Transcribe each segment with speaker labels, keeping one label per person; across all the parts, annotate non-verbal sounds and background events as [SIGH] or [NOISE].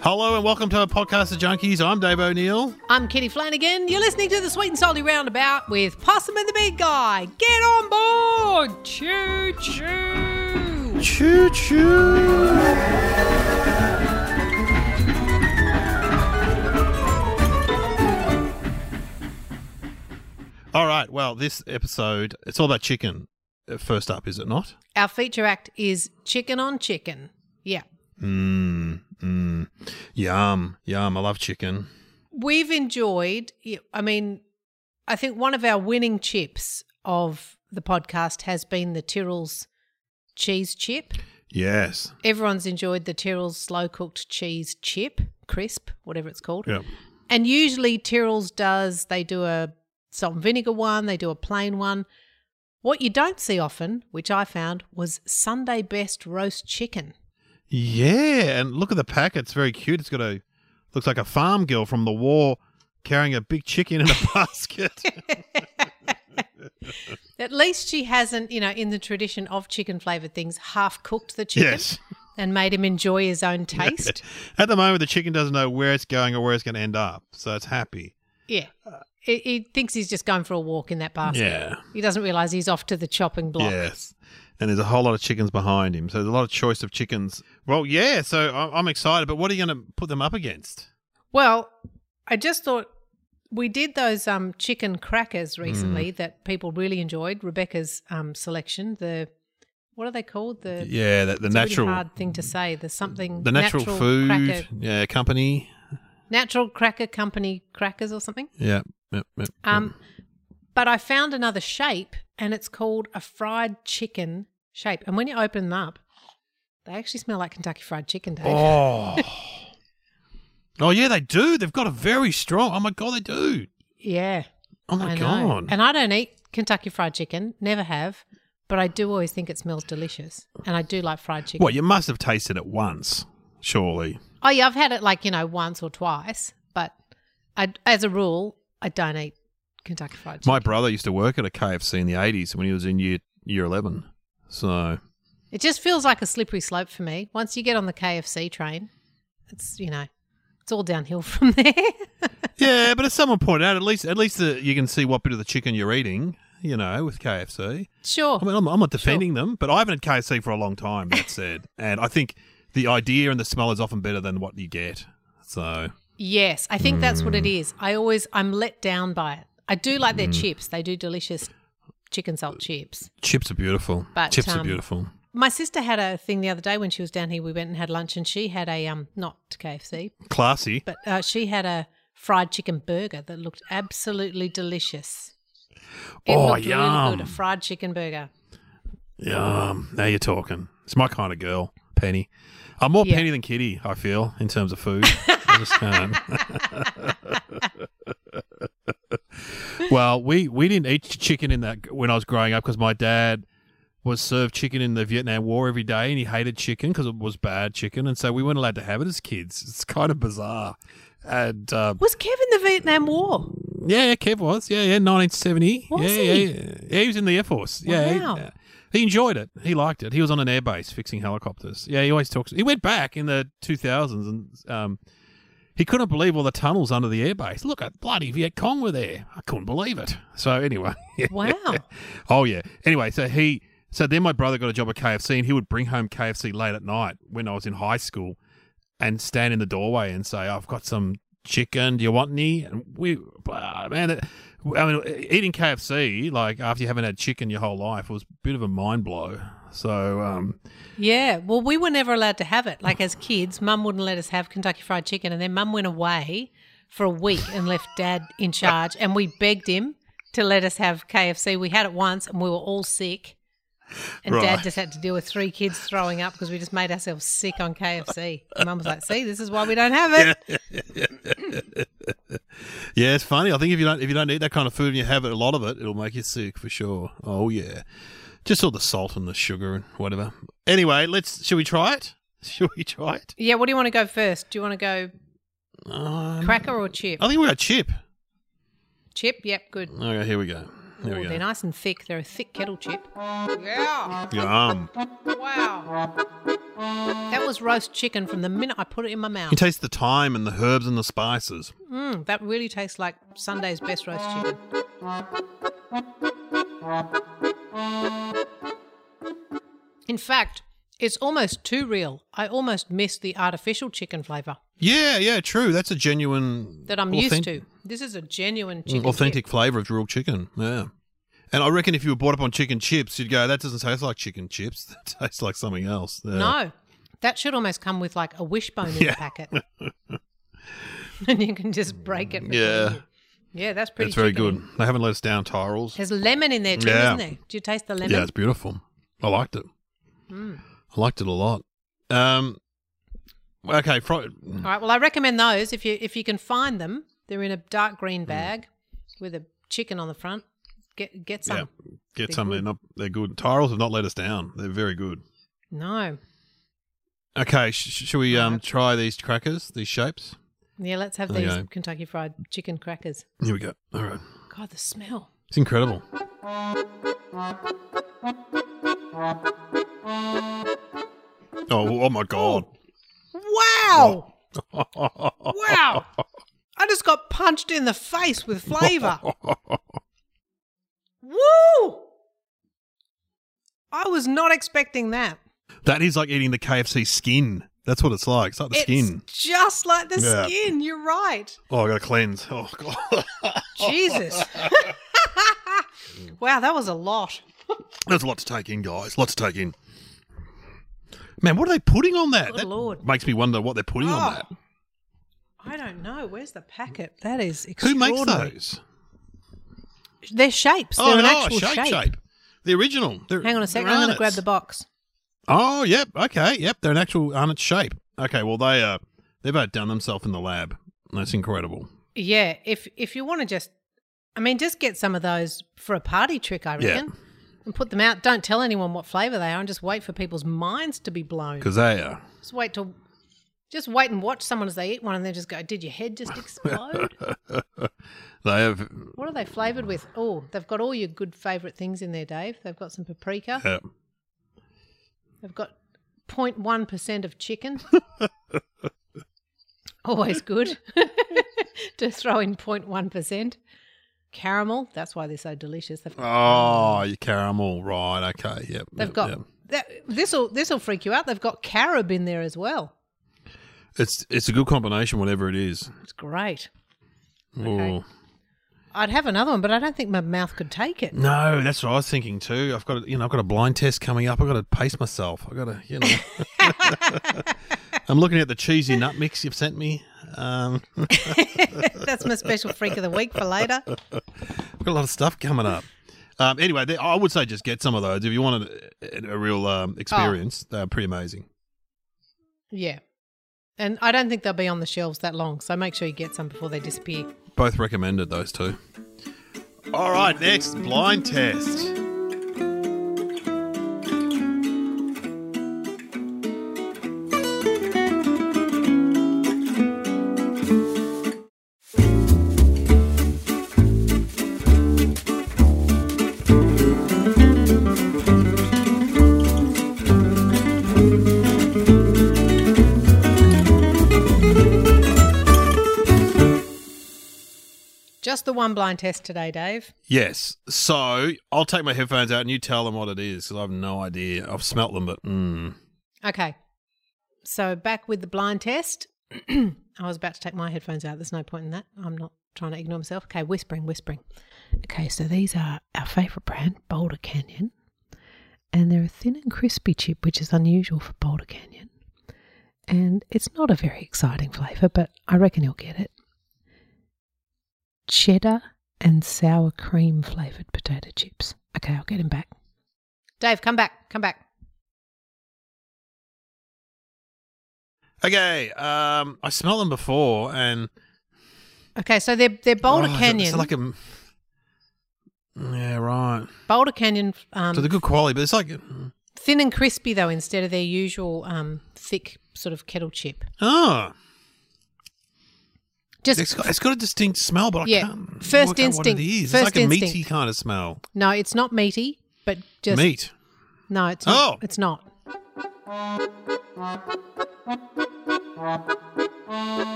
Speaker 1: Hello and welcome to our podcast, The Junkies. I'm Dave O'Neill.
Speaker 2: I'm Kitty Flanagan. You're listening to the Sweet and Salty Roundabout with Possum and the Big Guy. Get on board! Choo choo!
Speaker 1: Choo choo. All right. Well, this episode, it's all about chicken. uh, First up, is it not?
Speaker 2: Our feature act is Chicken on Chicken. Yeah.
Speaker 1: Mmm. Mmm. Yum. Yum. I love chicken.
Speaker 2: We've enjoyed, I mean, I think one of our winning chips of the podcast has been the Tyrrell's cheese chip.
Speaker 1: Yes.
Speaker 2: Everyone's enjoyed the Tyrrell's slow cooked cheese chip, crisp, whatever it's called.
Speaker 1: Yeah.
Speaker 2: And usually Tyrrell's does, they do a salt and vinegar one, they do a plain one. What you don't see often, which I found, was Sunday best roast chicken.
Speaker 1: Yeah. And look at the pack. It's very cute. It's got a, looks like a farm girl from the war carrying a big chicken in a [LAUGHS] basket.
Speaker 2: At least she hasn't, you know, in the tradition of chicken flavored things, half cooked the chicken
Speaker 1: yes.
Speaker 2: and made him enjoy
Speaker 1: [LAUGHS]
Speaker 2: his own taste.
Speaker 1: At the moment, the chicken doesn't know where it's going or where it's going to end up, so it's happy.
Speaker 2: yeah. He, he thinks he's just going for a walk in that basket.
Speaker 1: Yeah.
Speaker 2: He doesn't realize he's off to the chopping block.
Speaker 1: Yes. And there's a whole lot of chickens behind him, so there's a lot of choice of chickens. Well, yeah, so I- I'm excited, but what are you going to put them up against?
Speaker 2: Well, I just thought we did those um, chicken crackers
Speaker 1: Mm.
Speaker 2: recently that people really enjoyed. Rebecca's um, selection, the what are they called? The
Speaker 1: Yeah, the, the
Speaker 2: it's a really hard thing to say. The something
Speaker 1: the natural, food
Speaker 2: cracker,
Speaker 1: yeah, company.
Speaker 2: natural cracker company crackers or something.
Speaker 1: Yeah. Yep, yep,
Speaker 2: Um, but I found another shape, and it's called a fried chicken shape. And when you open them up, they actually smell like Kentucky Fried Chicken, Dave.
Speaker 1: yep. Oh. [LAUGHS] oh, yeah, they do. They've got a very strong. Oh, my God, they do.
Speaker 2: Yeah.
Speaker 1: Oh, my
Speaker 2: I know.
Speaker 1: God.
Speaker 2: And I don't eat Kentucky Fried Chicken, never have, but I do always think it smells delicious, and I do like fried chicken.
Speaker 1: What, you must have tasted it once, surely.
Speaker 2: Oh yeah, I've had it like you know once or twice, but I, as a rule, I don't eat Kentucky Fried Chicken.
Speaker 1: My brother used to work at a KFC in the eighties when he was in year year eleven. So
Speaker 2: it just feels like a slippery slope for me. Once you get on the KFC train, it's you know, it's all downhill [LAUGHS] from there.
Speaker 1: yeah, but as someone pointed out, at least at least the, you can see what bit of the chicken you're eating. You know, with KFC.
Speaker 2: sure.
Speaker 1: I mean, I'm, I'm not defending them, but I haven't had KFC for a long time.
Speaker 2: [LAUGHS]
Speaker 1: That said, and I think the idea and the smell is often better than what you get. So
Speaker 2: Yes, I think that's what it
Speaker 1: Hmm.
Speaker 2: is. I always I'm let down by it. I do like their chips. They do delicious chicken salt chips.
Speaker 1: chips are beautiful.
Speaker 2: But,
Speaker 1: chips are
Speaker 2: um,
Speaker 1: beautiful.
Speaker 2: My sister had a thing the other day when she was down here. We went and had lunch, and she had a um not KFC,
Speaker 1: Classy.
Speaker 2: but uh, she had a fried chicken burger that looked absolutely delicious. It
Speaker 1: Oh,
Speaker 2: looked Really
Speaker 1: yum.
Speaker 2: good, a fried chicken burger.
Speaker 1: Yum. Now you're talking. It's my kind of girl, Penny. I'm more
Speaker 2: Yeah.
Speaker 1: Penny than Kitty. I feel in terms of food. I just, um, Well, we, we didn't eat chicken in that when I was growing up because my dad was served chicken in the Vietnam War every day, and he hated chicken because it was bad chicken, and so we weren't allowed to have it as kids. It's kind of bizarre. And uh,
Speaker 2: Was Kev in the
Speaker 1: [LAUGHS]
Speaker 2: Vietnam War?
Speaker 1: yeah, yeah, Kev was yeah, yeah, nineteen seventy.
Speaker 2: Was
Speaker 1: yeah,
Speaker 2: he?
Speaker 1: yeah, yeah, he was in the air force. Yeah, he-
Speaker 2: Wow.
Speaker 1: yeah. he, enjoyed it. He liked it. He was on an airbase fixing helicopters. Yeah, he always talks. He went back in the two thousands, and um, he couldn't believe all the tunnels under the airbase. Look at bloody Viet Cong were there. I couldn't believe it. So anyway,
Speaker 2: Wow.
Speaker 1: Oh yeah. Anyway, so he so then my brother got a job at KFC and he would bring home KFC late at night when I was in high school and stand in the doorway and say, "I've got some chicken. Do you want any?" And we blah, man, it, I mean, eating KFC like after you haven't had chicken your whole life was a bit of a mind blow. So um,
Speaker 2: Yeah, well, we were never allowed to have it. Like as kids, mum wouldn't let us have Kentucky Fried Chicken, and then mum went away for a week and left dad in charge. And we begged him to let us have KFC. We had it once, and we were all sick. And
Speaker 1: Right.
Speaker 2: dad just had to deal with three kids throwing up because we just made ourselves sick on KFC. And mum was like, "See, this is why we don't have it."
Speaker 1: yeah, it's funny. I think if you don't if you don't eat that kind of food and you have it, a lot of it, it'll make you sick for sure. Oh yeah, just all the salt and the sugar and whatever. Anyway, let's should we try it? [LAUGHS] Should we try it?
Speaker 2: Yeah, what do you want to go first? Do you want to go
Speaker 1: Um,
Speaker 2: cracker or chip?
Speaker 1: I think we got chip.
Speaker 2: Chip, yep, good.
Speaker 1: Okay, here we go. Here
Speaker 2: Ooh,
Speaker 1: we
Speaker 2: they're
Speaker 1: go.
Speaker 2: nice and thick. They're a thick kettle chip. Yeah.
Speaker 1: Yum.
Speaker 2: Wow. That was roast chicken from the minute I put it in my mouth.
Speaker 1: You taste the thyme and the herbs and the spices.
Speaker 2: Mm, that really tastes like Sunday's best roast chicken. In fact, it's almost too real. I almost miss the artificial chicken flavour
Speaker 1: Yeah, yeah, true. That's a genuine
Speaker 2: that I'm used
Speaker 1: authentic- Mm,
Speaker 2: to. This is a genuine chicken.
Speaker 1: authentic flavour of real chicken. Yeah. And I reckon if you were brought up on chicken chips, you'd go, that doesn't taste like chicken chips. [LAUGHS] That tastes like something else. Yeah.
Speaker 2: chip. No, that should almost come with like a wishbone in
Speaker 1: Yeah. [LAUGHS]
Speaker 2: the packet. [LAUGHS] and you can just break it. between
Speaker 1: Yeah.
Speaker 2: you. Yeah, that's pretty
Speaker 1: It's very
Speaker 2: chickeny.
Speaker 1: good. They haven't let us down, Tyrells.
Speaker 2: There's lemon in there too,
Speaker 1: Yeah.
Speaker 2: isn't there? Do you taste the lemon?
Speaker 1: Yeah, it's beautiful. I liked it.
Speaker 2: Mm.
Speaker 1: I liked it a lot. Um, okay, fro-
Speaker 2: All right. Well, I recommend those if you if you can find them. They're in a dark
Speaker 1: Mm.
Speaker 2: green bag with a chicken on the front. Get get some.
Speaker 1: yeah, get
Speaker 2: They're
Speaker 1: some. They're
Speaker 2: good.
Speaker 1: not. They're good. Tyrells have not let us down. They're very good.
Speaker 2: No.
Speaker 1: Okay, sh- sh- should we um try these crackers, these shapes?
Speaker 2: Yeah. Let's have
Speaker 1: Okay.
Speaker 2: these Kentucky Fried Chicken crackers.
Speaker 1: Here we go. All right,
Speaker 2: God, the smell.
Speaker 1: it's incredible. Oh, oh my god!
Speaker 2: Wow.
Speaker 1: [LAUGHS]
Speaker 2: wow. I just got punched in the face with
Speaker 1: [LAUGHS]
Speaker 2: flavour. Woo! I was not expecting that.
Speaker 1: That is like eating the KFC skin. That's what it's like. It's like the skin.
Speaker 2: It's just like the
Speaker 1: Yeah.
Speaker 2: skin. You're right.
Speaker 1: Oh, I got to cleanse. Oh god, [LAUGHS]
Speaker 2: Jesus. wow, that was a lot.
Speaker 1: that's a lot to take in, guys. Lot to take in. Man, what are they putting on that?
Speaker 2: Good
Speaker 1: that
Speaker 2: lord.
Speaker 1: makes me wonder what they're putting
Speaker 2: Oh,
Speaker 1: on that.
Speaker 2: I don't know. Where's the packet? That is
Speaker 1: Who
Speaker 2: extraordinary.
Speaker 1: makes those?
Speaker 2: They're shapes.
Speaker 1: Oh,
Speaker 2: They're an actual shape.
Speaker 1: The original. They're-
Speaker 2: Hang on a second.
Speaker 1: they're
Speaker 2: I'm going to
Speaker 1: Arnott's.
Speaker 2: grab the box.
Speaker 1: Oh, yep. Okay, yep. They're an actual Arnott shape. Okay, well they uh they've outdone themselves in the lab. That's incredible.
Speaker 2: Yeah. If if you want to just, I mean, just get some of those for a party trick, I
Speaker 1: Yeah.
Speaker 2: reckon, and put them out. Don't tell anyone what flavor they are, and just wait for people's minds to be blown.
Speaker 1: Because they uh, are.
Speaker 2: Just wait till, just wait and watch someone as they eat one, and then just go, "Did your
Speaker 1: [LAUGHS]
Speaker 2: head just explode?"
Speaker 1: They have.
Speaker 2: what are they flavored with? Oh, they've got all your good favorite things in there, Dave. They've got
Speaker 1: [LAUGHS]
Speaker 2: some paprika.
Speaker 1: Uh,
Speaker 2: They've got 0.1% of chicken. Always good [LAUGHS] to throw in 0.1%. Caramel, that's why they're so delicious. They've got,
Speaker 1: oh, your caramel, right? Okay, yep.
Speaker 2: they've
Speaker 1: yep,
Speaker 2: got
Speaker 1: yep.
Speaker 2: that this'll this'll freak you out. They've got carob in there as well.
Speaker 1: It's it's a good combination, whatever it is.
Speaker 2: It's great.
Speaker 1: Ooh.
Speaker 2: I'd have another one, but I don't think my mouth could take it. [LAUGHS]
Speaker 1: No, that's what I was thinking too. I've got a, you know I've got a blind test coming up. I've got to pace myself. I've got to you know.
Speaker 2: [LAUGHS]
Speaker 1: [LAUGHS] I'm looking at the cheesy nut mix you've sent me. Um,
Speaker 2: that's my special freak of the week for later.
Speaker 1: Got a lot of stuff coming up. Um, anyway, they, I would say just get some of those if you want a, a real um,
Speaker 2: Oh.
Speaker 1: experience. They're pretty amazing.
Speaker 2: Yeah. And I don't think they'll be on the shelves that long, so make sure you get some before they disappear.
Speaker 1: Both recommended those two.
Speaker 3: All right, next blind test.
Speaker 2: Just the one blind test today, Dave.
Speaker 1: Yes. So I'll take my headphones out and you tell them what it is because I have no idea. I've smelt them, but mm.
Speaker 2: Okay. So back with the blind test. [CLEARS THROAT] I was about to take my headphones out. There's no point in that. I'm not trying to ignore myself. Okay, whispering, whispering. Okay, so these are our favourite brand, Boulder Canyon. And they're a thin and crispy chip, which is unusual for Boulder Canyon. And it's not a very exciting flavour, but I reckon you'll get it. Cheddar and sour cream flavoured potato chips. Okay, I'll get him back. Dave, come back, come back.
Speaker 1: Okay. Um, I smelled them before and
Speaker 2: Okay, so they're they're Boulder
Speaker 1: Oh, is it-
Speaker 2: Canyon.
Speaker 1: Is it like a yeah, right.
Speaker 2: Boulder Canyon, um,
Speaker 1: so they're good quality, but it's like mm.
Speaker 2: thin and crispy though, instead of their usual um, thick sort of kettle chip.
Speaker 1: oh,
Speaker 2: Just
Speaker 1: it's got, it's got a distinct smell, but I
Speaker 2: Yeah.
Speaker 1: can't
Speaker 2: First
Speaker 1: work out what it
Speaker 2: instinct.
Speaker 1: is.
Speaker 2: First
Speaker 1: it's like a meaty
Speaker 2: instinct.
Speaker 1: kind of smell.
Speaker 2: no, it's not meaty, but just
Speaker 1: Meat.
Speaker 2: no, it's not,
Speaker 1: Oh.
Speaker 2: it's not.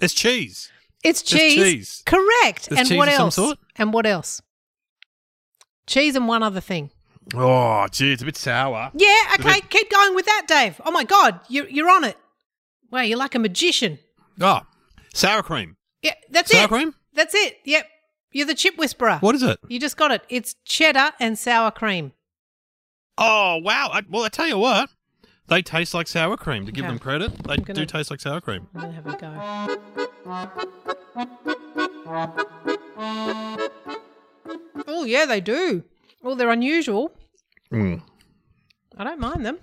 Speaker 1: It's cheese.
Speaker 2: It's
Speaker 1: Just
Speaker 2: cheese.
Speaker 1: cheese.
Speaker 2: Correct.
Speaker 1: Just
Speaker 2: and
Speaker 1: cheese
Speaker 2: what
Speaker 1: of some
Speaker 2: else?
Speaker 1: sort?
Speaker 2: And what else? Cheese and one other thing.
Speaker 1: Oh, gee, it's a bit sour.
Speaker 2: Yeah.
Speaker 1: bit-
Speaker 2: Okay. Keep going with that, Dave. Oh my God, you're you're on it. Wow, you're like a magician.
Speaker 1: Oh, sour cream.
Speaker 2: Yeah, that's
Speaker 1: Sour
Speaker 2: it.
Speaker 1: cream?
Speaker 2: That's it. Yep. You're the chip whisperer.
Speaker 1: What is it?
Speaker 2: You just got it. It's cheddar and sour cream.
Speaker 1: Oh wow! I, well, I tell you what, they taste like sour cream. To give
Speaker 2: Okay.
Speaker 1: them credit, they
Speaker 2: gonna-
Speaker 1: do taste like sour cream.
Speaker 2: I'm gonna have a go. Oh yeah, they do. Well, they're unusual.
Speaker 1: Mm,
Speaker 2: I don't mind them.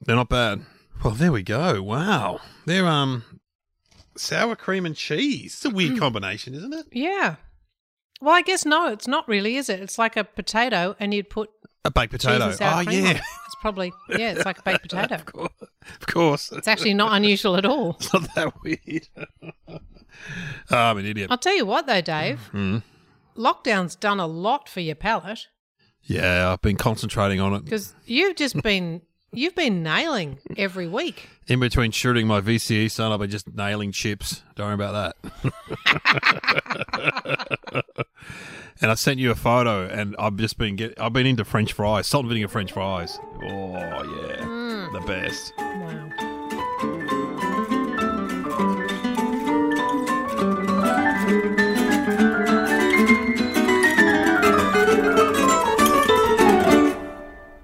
Speaker 1: they're not bad. Well, there we go. Wow, they're um sour cream and cheese. It's a
Speaker 2: [CLEARS THROAT]
Speaker 1: weird combination, isn't it?
Speaker 2: Yeah. Well, I guess no, it's not really, is it? It's like a potato, and you'd put
Speaker 1: A baked
Speaker 2: cheese
Speaker 1: potato.
Speaker 2: and sour
Speaker 1: oh
Speaker 2: cream. on it.
Speaker 1: yeah, [LAUGHS]
Speaker 2: It's probably yeah, it's like a baked potato.
Speaker 1: of course. Of course.
Speaker 2: It's actually not unusual at all.
Speaker 1: It's [LAUGHS] not that weird. Oh, I'm an idiot.
Speaker 2: I'll tell you what, though, Dave.
Speaker 1: Mm.
Speaker 2: Lockdown's done a lot for your palate
Speaker 1: Yeah, I've been concentrating on it
Speaker 2: because you've just been you've been nailing every week.
Speaker 1: in between shooting my VCE son. I've been just nailing chips. Don't worry about that. [LAUGHS] And I sent you a photo, and I've just been get I've been into French fries, salt and vinegar French fries. Oh yeah,
Speaker 2: Mm.
Speaker 1: the best.
Speaker 2: Wow.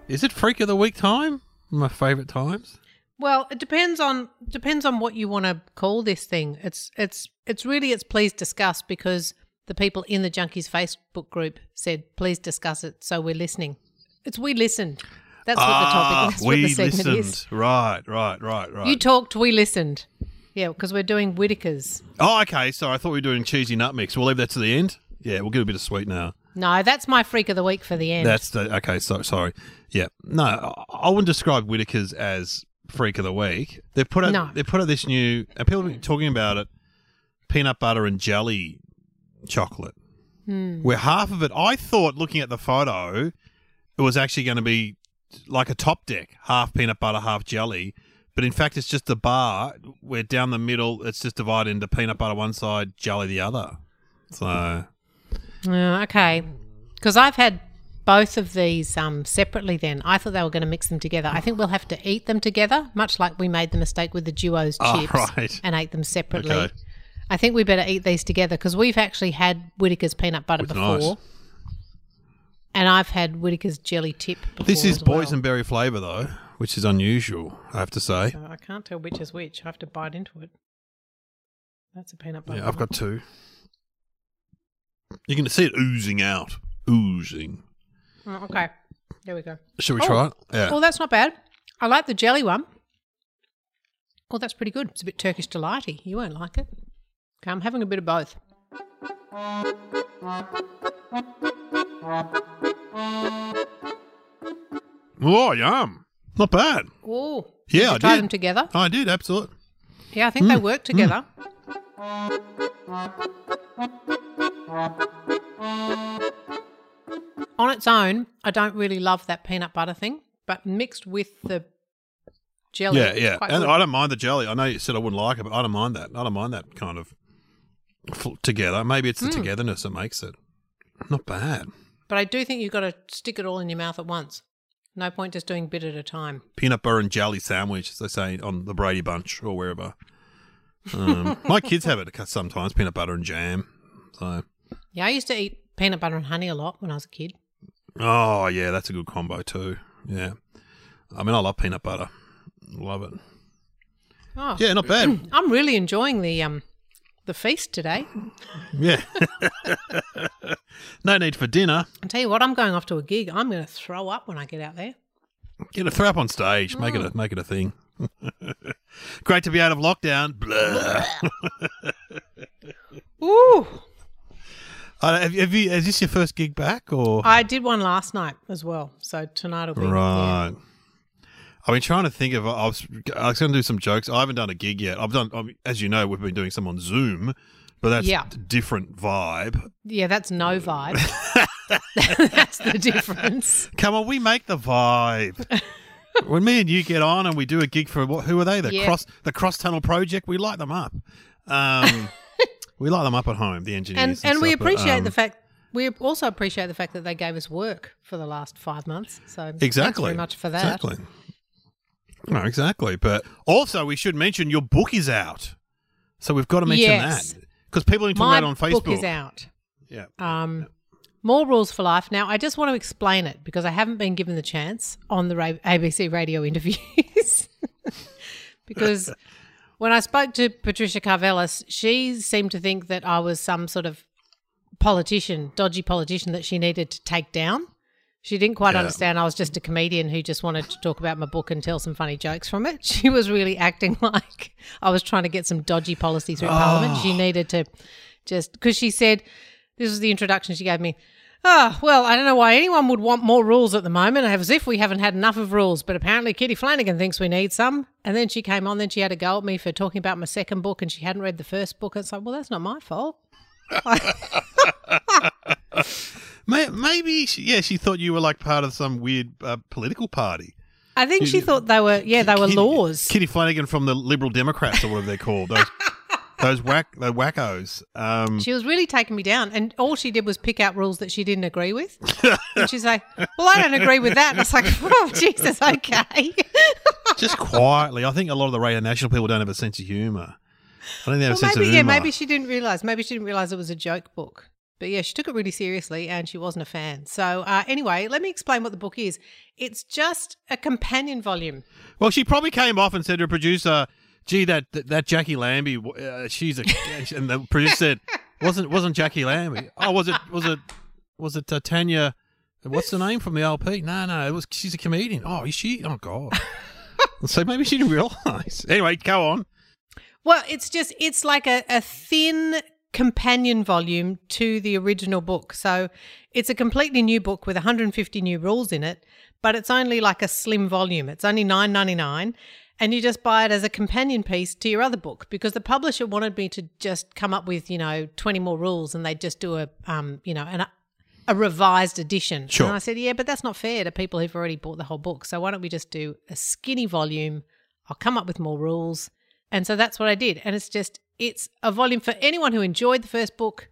Speaker 1: Is it freak of the week time? My favorite times.
Speaker 2: Well, it depends on depends on what you want to call this thing. It's it's it's really it's please discuss because the people in the junkies Facebook group said please discuss it, so we're listening. It's we listened. That's what the topic. That's what
Speaker 1: Ah, we
Speaker 2: the segment
Speaker 1: listened.
Speaker 2: is.
Speaker 1: Right, right, right, right.
Speaker 2: You talked, we listened. Yeah, because we're doing Whitakers.
Speaker 1: oh, okay. Sorry, I thought we were doing cheesy nut mix. We'll leave that to the end. Yeah, we'll get a bit of sweet now.
Speaker 2: No, that's my freak of the week for the end.
Speaker 1: That's the okay. So sorry. Yeah, no, I- I wouldn't describe Whitaker's as freak of the week. They put out
Speaker 2: No.
Speaker 1: they put out this new and people have been talking about it, peanut butter and jelly chocolate.
Speaker 2: Hmm.
Speaker 1: Where half of it, I thought looking at the photo, it was actually going to be like a top deck, half peanut butter, half jelly. But in fact, it's just a bar where down the middle, it's just divided into peanut butter one side, jelly the other. So
Speaker 2: Uh, okay, because I've had both of these um, separately. Then I thought they were going to mix them together. I think we'll have to eat them together, much like we made the mistake with the duos
Speaker 1: Oh, [LAUGHS]
Speaker 2: chips
Speaker 1: right.
Speaker 2: and ate them separately.
Speaker 1: Okay.
Speaker 2: I think we better eat these together because we've actually had Whitaker's peanut butter
Speaker 1: It's
Speaker 2: before,
Speaker 1: nice.
Speaker 2: and I've had Whitaker's jelly tip. Before
Speaker 1: This is
Speaker 2: as well.
Speaker 1: boysenberry flavour, though, which is unusual, I have to say.
Speaker 2: So I can't tell which is which. I have to bite into it. That's a peanut butter.
Speaker 1: Yeah, I've
Speaker 2: one.
Speaker 1: got two. You can see it oozing out. Oozing.
Speaker 2: Mm, okay, there we go.
Speaker 1: Should we
Speaker 2: Oh.
Speaker 1: try it? Yeah.
Speaker 2: Well, that's not bad. I like the jelly one. Well, that's pretty good. It's a bit Turkish delighty. You won't like it. Okay, I'm having a bit of both.
Speaker 1: Oh, yum. Not bad.
Speaker 2: Oh,
Speaker 1: Yeah, I
Speaker 2: try
Speaker 1: did.
Speaker 2: them together.
Speaker 1: I did, absolutely.
Speaker 2: Yeah, I think
Speaker 1: Mm.
Speaker 2: they work together. On its own, I don't really love that peanut butter thing, but mixed with the jelly,
Speaker 1: Yeah, yeah.
Speaker 2: quite
Speaker 1: And
Speaker 2: good.
Speaker 1: I don't mind the jelly. I know you said I wouldn't like it, but I don't mind that. I don't mind that kind of fl- together. Maybe
Speaker 2: Hmm.
Speaker 1: it's the togetherness that makes it. Not bad.
Speaker 2: but I do think you've got to stick it all in your mouth at once. No point just doing bit at a time.
Speaker 1: Peanut butter and jelly sandwich, as they say on the Brady Bunch or wherever. Um, my kids have it sometimes, peanut butter and jam. So,
Speaker 2: Yeah, I used to eat peanut butter and honey a lot when I was a kid.
Speaker 1: oh yeah, that's a good combo too. Yeah, I mean, I love peanut butter. Love it.
Speaker 2: Oh,
Speaker 1: Yeah, not bad.
Speaker 2: [CLEARS THROAT] I'm really enjoying the um the feast today.
Speaker 1: Yeah. [LAUGHS] no need for dinner.
Speaker 2: I tell you what, I'm going off to a gig. I'm going to throw up when I get out there.
Speaker 1: Get a throw up on stage. Make it a make it a thing. [LAUGHS] Great to be out of lockdown. Blah.
Speaker 2: Ooh.
Speaker 1: Uh, have, have you? Is this your first gig back or?
Speaker 2: I did one last night as well, so tonight will be
Speaker 1: Right. I've been trying to think of. I was, I was going to do some jokes. I haven't done a gig yet. I've done, I've, as you know, we've been doing some on Zoom, but that's
Speaker 2: Yeah.
Speaker 1: a different vibe.
Speaker 2: Yeah, yeah that's
Speaker 1: [LAUGHS]
Speaker 2: no vibe. that's the difference.
Speaker 1: Come on, we make the
Speaker 2: [LAUGHS]
Speaker 1: vibe. when me and you get on and we do a gig for what? Who are they? The
Speaker 2: Yeah.
Speaker 1: cross, the cross tunnel project. We light them up.
Speaker 2: [LAUGHS]
Speaker 1: Um, we light them up at home. The engineers
Speaker 2: And
Speaker 1: and,
Speaker 2: and we
Speaker 1: stuff, but,
Speaker 2: appreciate the
Speaker 1: um,
Speaker 2: fact we also appreciate the fact that they gave us work for the last five months. So thanks
Speaker 1: Exactly.
Speaker 2: very much for that.
Speaker 1: Exactly. No, exactly. But also, we should mention your book is out. So we've got to mention
Speaker 2: Yes.
Speaker 1: that because people need to
Speaker 2: My
Speaker 1: read on Facebook.
Speaker 2: book is out.
Speaker 1: Yeah.
Speaker 2: Um, more rules for life. Now, I just want to explain it because I haven't been given the chance on the ra- ABC radio [LAUGHS] interviews. [LAUGHS] because when I spoke to Patricia Carvelis, she seemed to think that I was some sort of politician, dodgy politician that she needed to take down. She didn't quite
Speaker 1: Yeah.
Speaker 2: understand I was just a comedian who just wanted to talk about my book and tell some funny jokes from it. [LAUGHS] She was really acting [LAUGHS] like I was trying to get some dodgy policy through Parliament. She needed to just because she said this was the introduction she gave me. Oh, well, I don't know why anyone would want more rules at the moment, as if we haven't had enough of rules, but apparently Kitty Flanagan thinks we need some. And then she came on, then she had a go at me for talking about my second book and she hadn't read the first book. It's like, well, that's not my fault.
Speaker 1: May- Maybe, she, yeah, she thought you were like part of some weird uh, political party.
Speaker 2: I think she thought they were, yeah, they were
Speaker 1: Kitty-
Speaker 2: laws.
Speaker 1: Kitty Flanagan from the Liberal Democrats or whatever they're called.
Speaker 2: [LAUGHS]
Speaker 1: Those, those whack, the wackos. Um,
Speaker 2: She was really taking me down, and all she did was pick out rules that she didn't
Speaker 1: [LAUGHS]
Speaker 2: agree with. and she's like, "Well, I don't agree with that." And I was like, [LAUGHS] "Oh, Jesus, okay."
Speaker 1: just quietly. I think a lot of the Radio National people don't have a sense of humour. I don't think they have a
Speaker 2: well,
Speaker 1: sense
Speaker 2: maybe
Speaker 1: of
Speaker 2: yeah,
Speaker 1: humour.
Speaker 2: maybe she didn't realize. Maybe she didn't realize it was a joke book. But yeah, she took it really seriously, and she wasn't a fan. So uh, anyway, let me explain what the book is. It's just a companion volume.
Speaker 1: Well, she probably came off and said to her producer, "Gee, that that, that Jackie Lambie, uh, she's a." [LAUGHS] and the producer said, "Wasn't wasn't Jackie Lambie? Oh, was it was it was it uh, Tanya? What's the name from the LP? No, no, it was. She's a comedian. Oh, is she? Oh God." so maybe she didn't realize. Anyway, go on.
Speaker 2: Well, it's just it's like a, a thin companion volume to the original book. So it's a completely new book with 150 new rules in it, but it's only like a slim volume. It's only 9.99 and you just buy it as a companion piece to your other book because the publisher wanted me to just come up with, you know, 20 more rules and they just do a um, you know, an a revised edition.
Speaker 1: Sure.
Speaker 2: And I said, yeah, but that's not fair to people who've already bought the whole book. So why don't we just do a skinny volume? I'll come up with more rules. And so that's what I did. And it's just, it's a volume for anyone who enjoyed the first book.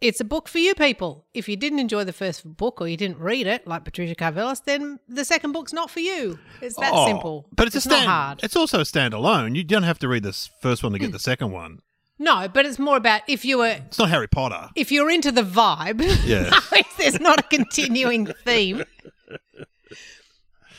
Speaker 2: It's a book for you people. If you didn't enjoy the first book or you didn't read it, like Patricia Carvelis, then the second book's not for you. It's that
Speaker 1: Oh,
Speaker 2: simple.
Speaker 1: But it's, a stand.
Speaker 2: not hard. Hmm.
Speaker 1: It's also a standalone. You don't have to read this first one to get the second one.
Speaker 2: no, but it's more about if you were
Speaker 1: It's not Harry Potter.
Speaker 2: if you're into the vibe, [LAUGHS]
Speaker 1: Yeah.
Speaker 2: if there's not a continuing theme.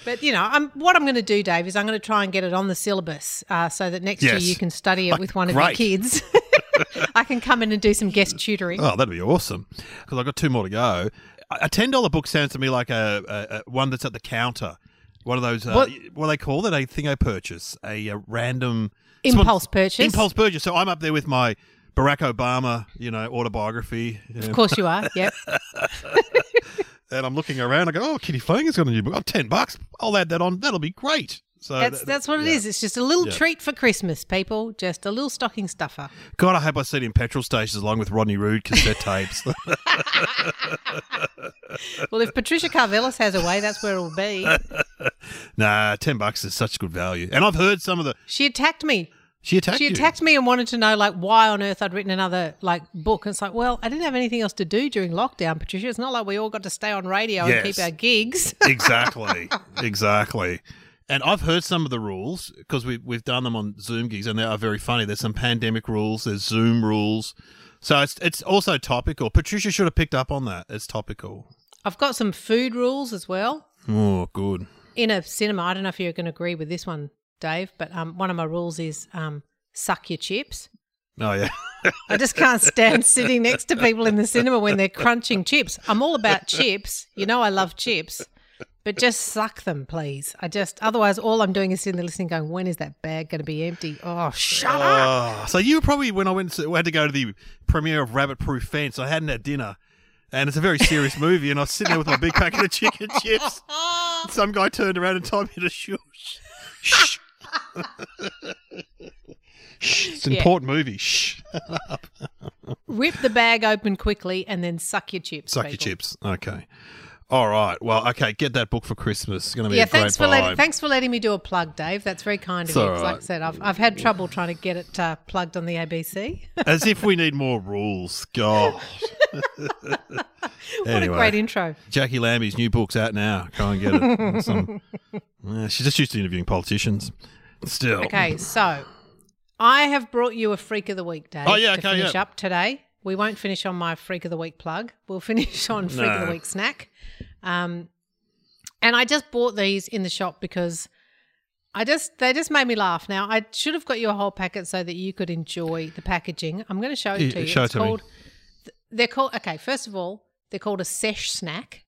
Speaker 2: But you know, I'm, what I'm going to do, Dave, is I'm going to try and get it on the syllabus uh, so that next year
Speaker 1: Yes. Ah,
Speaker 2: you can study it with one of
Speaker 1: great.
Speaker 2: your kids. [LAUGHS] I can come in and do some guest tutoring.
Speaker 1: Oh, that'd be awesome. Because I've got two more to go. A a ten dollar book sounds to me like a, a, a one that's at the counter. One of those. Uh, what?
Speaker 2: What-
Speaker 1: do they call it? A thing I purchase. A, uh random
Speaker 2: Impulse purchase.
Speaker 1: Impulse purchase. So I'm up there with my Barack Obama, you know, autobiography.
Speaker 2: Of
Speaker 1: Yeah.
Speaker 2: course you are.
Speaker 1: [LAUGHS]
Speaker 2: Yep.
Speaker 1: Oh, And I'm looking around. I go, oh, Kitty Fanger's got a new book. Oh, 10 bucks. I'll add that on. That'll be great. So
Speaker 2: That's
Speaker 1: that-
Speaker 2: that's what it
Speaker 1: yeah.
Speaker 2: is. It's just a little
Speaker 1: Yeah.
Speaker 2: treat for Christmas, people. Just a little stocking stuffer.
Speaker 1: God, I hope I see it in petrol stations along with Rodney Rude cassette [LAUGHS] tapes.
Speaker 2: Well, if Patricia Carvelis has a way, that's where it'll
Speaker 1: [LAUGHS]
Speaker 2: be.
Speaker 1: nah, 10 bucks is such good value. And I've heard some of the.
Speaker 2: She attacked me.
Speaker 1: She attacked
Speaker 2: She
Speaker 1: you.
Speaker 2: attacked me and wanted to know like why on earth I'd written another like book. And it's like, well, I didn't have anything else to do during lockdown, Patricia. It's not like we all got to stay on radio and
Speaker 1: Yes.
Speaker 2: keep our gigs.
Speaker 1: exactly, exactly. And I've heard some of the rules because we, we've done them on Zoom gigs, and they are very funny. There's some pandemic rules, there's Zoom rules, so it's it's also topical. Patricia should have picked up on that. It's topical.
Speaker 2: I've got some food rules as well
Speaker 1: Oh, good.
Speaker 2: in a cinema. I don't know if you're going to agree with this one, Dave, but um, one of my rules is um, suck your chips.
Speaker 1: Oh yeah,
Speaker 2: I
Speaker 1: [LAUGHS]
Speaker 2: just can't stand sitting next to people in the cinema when they're crunching chips. I'm all about chips. You know, I love chips, but just suck them, please. I just, otherwise, all I'm doing is sitting there listening, going, when is that bag going to be empty? Oh, shut up.
Speaker 1: Oh, so you were probably when I went to, we had to go to the premiere of Rabbit Proof Fence. I hadn't had dinner, and it's a very
Speaker 2: [LAUGHS]
Speaker 1: serious movie. And I was sitting there with my big packet of chicken chips. Some guy turned around and told me to shush. Shh. Shh. It's an
Speaker 2: Yeah.
Speaker 1: important movie. Shh.
Speaker 2: Rip the bag open quickly and then suck your chips.
Speaker 1: Suck your
Speaker 2: people.
Speaker 1: chips. Okay. All right. Well, okay. Get that book for Christmas. It's going to be
Speaker 2: Yeah,
Speaker 1: a great
Speaker 2: thanks for letting
Speaker 1: vibe.
Speaker 2: thanks for letting me do a plug, Dave. That's very kind
Speaker 1: It's
Speaker 2: of you.
Speaker 1: all
Speaker 2: 'cause Like I
Speaker 1: right.
Speaker 2: said, I've, I've had trouble trying to get it uh, plugged on the [LAUGHS] ABC.
Speaker 1: As if we need more rules. God.
Speaker 2: [LAUGHS] what a great intro!
Speaker 1: Jackie Lambie's new book's out now. Go and get
Speaker 2: [LAUGHS]
Speaker 1: it. Some, Yeah, she's just used to interviewing politicians. Still.
Speaker 2: Okay, so I have brought you a freak of the week, Dave.
Speaker 1: Oh, yeah,
Speaker 2: to
Speaker 1: okay,
Speaker 2: finish
Speaker 1: yeah.
Speaker 2: up today. We won't finish on my freak of the week plug. We'll [LAUGHS] finish on freak of
Speaker 1: No.
Speaker 2: the week snack. Um, and I just bought these in the shop because I just they just made me laugh. Now I should have got you a whole packet so that you could enjoy the packaging. I'm going to show it
Speaker 1: Yeah,
Speaker 2: to you.
Speaker 1: show it
Speaker 2: It's
Speaker 1: to me.
Speaker 2: called, th- They're called okay. First of all, they're called a sesh snack.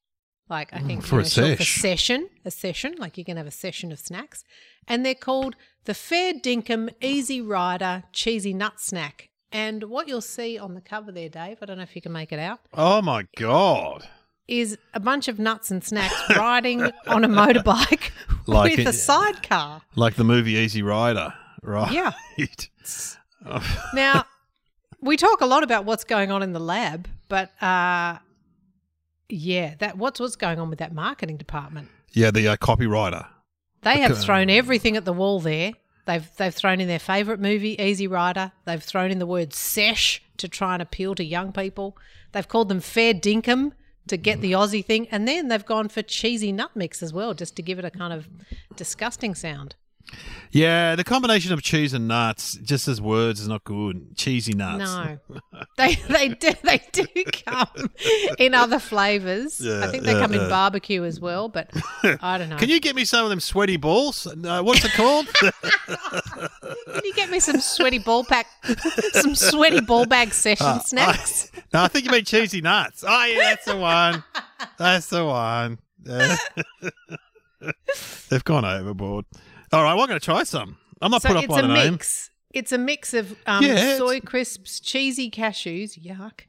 Speaker 2: Like I think
Speaker 1: for
Speaker 2: you
Speaker 1: a
Speaker 2: know, short for
Speaker 1: sesh.
Speaker 2: session, a session. Like you can have a session of snacks, and they're called the Fair Dinkum Easy Rider Cheesy Nut Snack. And what you'll see on the cover there, Dave, I don't know if you can make it out,
Speaker 1: Oh my god.
Speaker 2: is a bunch of nuts
Speaker 1: [LAUGHS]
Speaker 2: and snacks riding on a motorbike
Speaker 1: Like
Speaker 2: with
Speaker 1: it-
Speaker 2: a sidecar.
Speaker 1: Like the movie Easy Rider, right?
Speaker 2: Yeah.
Speaker 1: Oh,
Speaker 2: Now, we talk a lot about what's going on in the lab, but uh, yeah, that what's what's going on with that marketing department?
Speaker 1: [LAUGHS] yeah, the uh, copywriter.
Speaker 2: They have
Speaker 1: Okay.
Speaker 2: thrown everything at the wall there. They've they've thrown in their favourite movie, Easy Rider. They've thrown in the word sesh to try and appeal to young people. They've called them fair dinkum to get the Aussie thing, and then they've gone for cheesy nut mix as well, just to give it a kind of disgusting sound.
Speaker 1: Yeah, the combination of cheese and nuts, just as words, is not good. Cheesy nuts. [LAUGHS]
Speaker 2: No, they they do they do come in other flavours. I
Speaker 1: Yeah,
Speaker 2: think they
Speaker 1: yeah,
Speaker 2: come
Speaker 1: yeah.
Speaker 2: in barbecue as well, but I don't know.
Speaker 1: Can you get me some of them sweaty balls? No, what's it
Speaker 2: [LAUGHS]
Speaker 1: called?
Speaker 2: Can you get me some sweaty ball pack, [LAUGHS] some sweaty ball bag session
Speaker 1: Ah,
Speaker 2: snacks?
Speaker 1: no, [LAUGHS] I think you mean cheesy nuts. Oh yeah, that's the one. That's the one. [LAUGHS] Yeah. They've gone overboard. All right, well, I'm going to try some. I'm not put up
Speaker 2: it's
Speaker 1: on a
Speaker 2: a
Speaker 1: name.
Speaker 2: mix. It's a mix of um,
Speaker 1: Yeah, it's-
Speaker 2: soy crisps, cheesy cashews, yuck,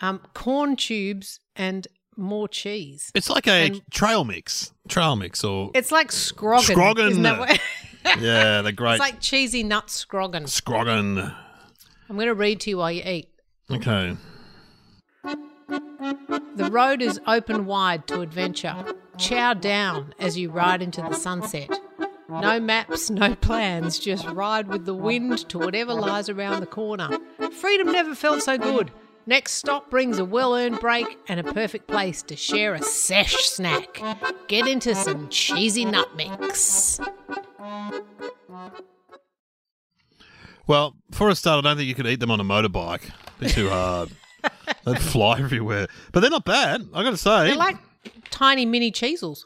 Speaker 2: um, corn tubes, and more cheese.
Speaker 1: It's like a trail mix, trail mix, or
Speaker 2: It's like scroggin.
Speaker 1: Scroggin.
Speaker 2: isn't that what-
Speaker 1: [LAUGHS]
Speaker 2: [LAUGHS]
Speaker 1: yeah, the great
Speaker 2: it's like cheesy nut scroggin.
Speaker 1: scroggin.
Speaker 2: I'm going to read to you while you eat.
Speaker 1: Okay.
Speaker 2: The road is open wide to adventure. Chow down as you ride into the sunset. No maps, no plans, just ride with the wind to whatever lies around the corner. Freedom never felt so good. Next stop brings a well earned break and a perfect place to share a sesh snack. Get into some cheesy nut mix.
Speaker 1: Well, for a start, I don't think you could eat them on a motorbike. Be too
Speaker 2: [LAUGHS]
Speaker 1: hard. They'd fly everywhere. But they're not bad. I got to say,
Speaker 2: They're like tiny mini cheesels.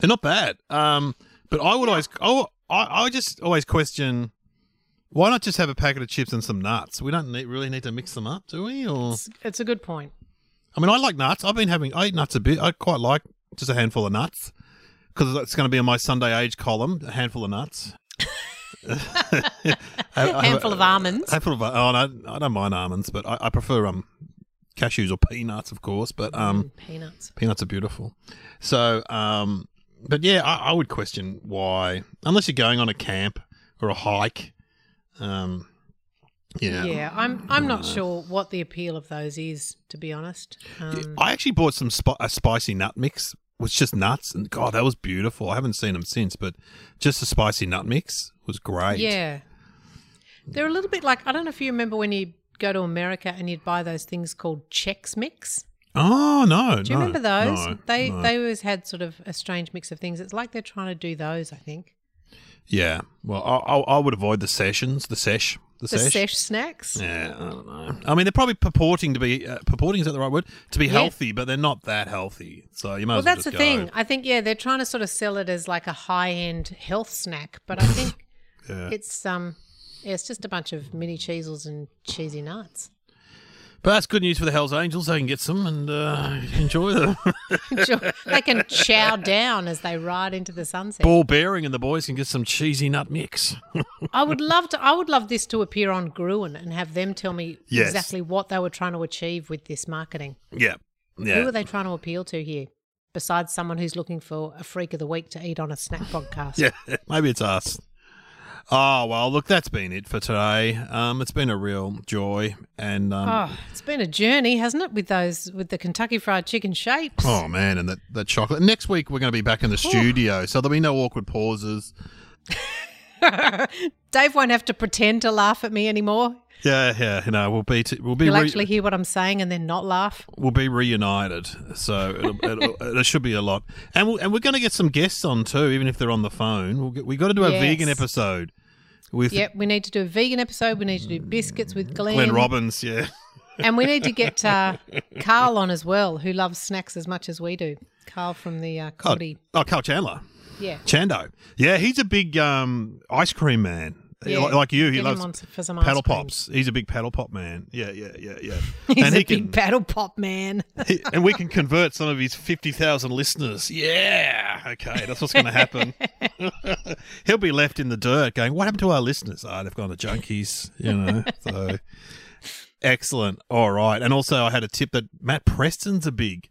Speaker 1: They're not bad. Um, but I would always, oh, I, I just always question, why not just have a packet of chips and some nuts? We don't need, really need to mix them up, do we? Or
Speaker 2: It's, it's a good point.
Speaker 1: I mean, I like nuts. I've been having, I eat nuts a bit. I quite like just
Speaker 2: [LAUGHS]
Speaker 1: a handful of nuts because that's going to be in my Sunday age column, a handful of nuts. A
Speaker 2: handful of almonds.
Speaker 1: Handful of oh, no, I don't mind almonds, but I, I prefer um cashews or peanuts, of course. But um,
Speaker 2: Mm, peanuts.
Speaker 1: Peanuts are beautiful. So, um, but yeah, I, I would question why, unless you're going on a camp or a hike. Um, yeah.
Speaker 2: Yeah, I'm. I'm not sure what the appeal of those is, to be honest. Um,
Speaker 1: I actually bought some spi- a spicy nut mix, was just nuts, and God, that was beautiful. I haven't seen them since, but just a spicy nut mix was great.
Speaker 2: Yeah. They're a little bit like I don't know if you remember when you go to America and you'd buy those things called Chex Mix.
Speaker 1: Oh no.
Speaker 2: Do you
Speaker 1: no,
Speaker 2: remember those?
Speaker 1: no,
Speaker 2: they
Speaker 1: no.
Speaker 2: they always had sort of a strange mix of things. It's like they're trying to do those, I think.
Speaker 1: Yeah. Well, I, I, I would avoid the sessions, the sesh, the,
Speaker 2: The
Speaker 1: sesh.
Speaker 2: sesh snacks.
Speaker 1: Yeah, I don't know. I mean, they're probably purporting to be uh, purporting is that the right word to be
Speaker 2: Yeah.
Speaker 1: healthy, but they're not that healthy. So you might.
Speaker 2: Well,
Speaker 1: as well
Speaker 2: that's
Speaker 1: just
Speaker 2: the
Speaker 1: go.
Speaker 2: thing. I think yeah, they're trying to sort of sell it as like a high-end health snack,
Speaker 1: [LAUGHS]
Speaker 2: but I think
Speaker 1: Yeah.
Speaker 2: it's um yeah, it's just a bunch of mini cheesels and cheesy nuts.
Speaker 1: But that's good news for the Hell's Angels. They can get some and
Speaker 2: [LAUGHS]
Speaker 1: uh, enjoy them.
Speaker 2: they can chow down as they ride into the sunset.
Speaker 1: Ball bearing and the boys can get some cheesy nut mix.
Speaker 2: I would love to. I would love this to appear on Gruen and have them tell me
Speaker 1: Yes.
Speaker 2: exactly what they were trying to achieve with this marketing.
Speaker 1: yeah,
Speaker 2: Who
Speaker 1: yeah.
Speaker 2: are they trying to appeal to here? Besides someone who's looking for a freak of the week to eat on a snack
Speaker 1: [LAUGHS]
Speaker 2: podcast.
Speaker 1: Yeah, maybe it's us. Oh well, look, that's been it for today. Um, it's been a real joy, and um,
Speaker 2: Oh, it's been a journey, hasn't it, with those with the Kentucky Fried Chicken shapes?
Speaker 1: oh. man, and that, that chocolate. Next week we're going to be back in the studio, so there'll be no awkward pauses.
Speaker 2: [LAUGHS] Dave won't have to pretend to laugh at me anymore.
Speaker 1: Yeah, yeah, you know, we'll be t- we'll be
Speaker 2: He'll
Speaker 1: re-
Speaker 2: actually hear what I'm saying and then not laugh.
Speaker 1: we'll be reunited, so
Speaker 2: [LAUGHS]
Speaker 1: it'll, it'll, it should be a lot. And we'll, and we're going to get some guests on too, even if they're on the phone. We'll get, we got to do a
Speaker 2: Yes.
Speaker 1: vegan episode with
Speaker 2: Yep, we need to do a vegan episode. We need to do biscuits with Glenn.
Speaker 1: Glenn Robbins. Yeah,
Speaker 2: And we need to get uh, Carl on as well, who loves snacks as much as we do. Carl from the uh,
Speaker 1: oh,
Speaker 2: comedy.
Speaker 1: oh, Carl Chandler,
Speaker 2: Yeah.
Speaker 1: Chando. Yeah, he's a big um, ice cream man.
Speaker 2: Yeah.
Speaker 1: Like- Like you, he
Speaker 2: Get him
Speaker 1: loves
Speaker 2: on s- for some ice
Speaker 1: paddle
Speaker 2: cream.
Speaker 1: pops. He's a big paddle pop man. Yeah, yeah, yeah, yeah.
Speaker 2: [LAUGHS] He's
Speaker 1: and
Speaker 2: a
Speaker 1: he
Speaker 2: big
Speaker 1: can,
Speaker 2: paddle pop man. [LAUGHS]
Speaker 1: he- and we can convert some of his fifty thousand listeners. Yeah, okay, that's what's going to happen. [LAUGHS] He'll be left in the dirt, going, "What happened to our listeners? Ah, they've gone to junkies, you know." so excellent. All right, and also I had a tip that Matt Preston's a big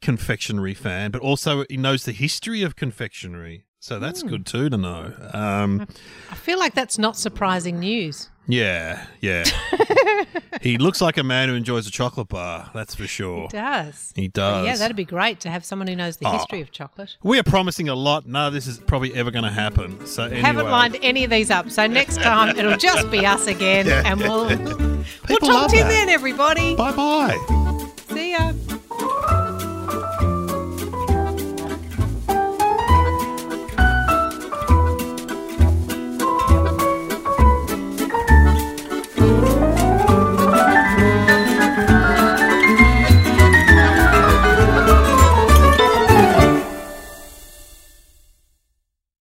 Speaker 1: confectionery fan, but also he knows the history of confectionery, so
Speaker 2: Hmm.
Speaker 1: that's good too to know. Um,
Speaker 2: I feel like that's not surprising news.
Speaker 1: yeah,
Speaker 2: [LAUGHS]
Speaker 1: yeah. he looks like a man who enjoys a chocolate bar. That's for sure.
Speaker 2: It does.
Speaker 1: He does.
Speaker 2: Yeah, that'd be great to have someone who knows the
Speaker 1: Oh.
Speaker 2: history of chocolate.
Speaker 1: We are promising a lot. None of this is probably ever going to happen. So anyway,
Speaker 2: Haven't lined any of these up, so next time it'll just be
Speaker 1: [LAUGHS]
Speaker 2: us again, and we'll we'll
Speaker 1: People
Speaker 2: talk
Speaker 1: love
Speaker 2: to you
Speaker 1: that.
Speaker 2: then, everybody.
Speaker 1: Bye bye.
Speaker 2: See ya.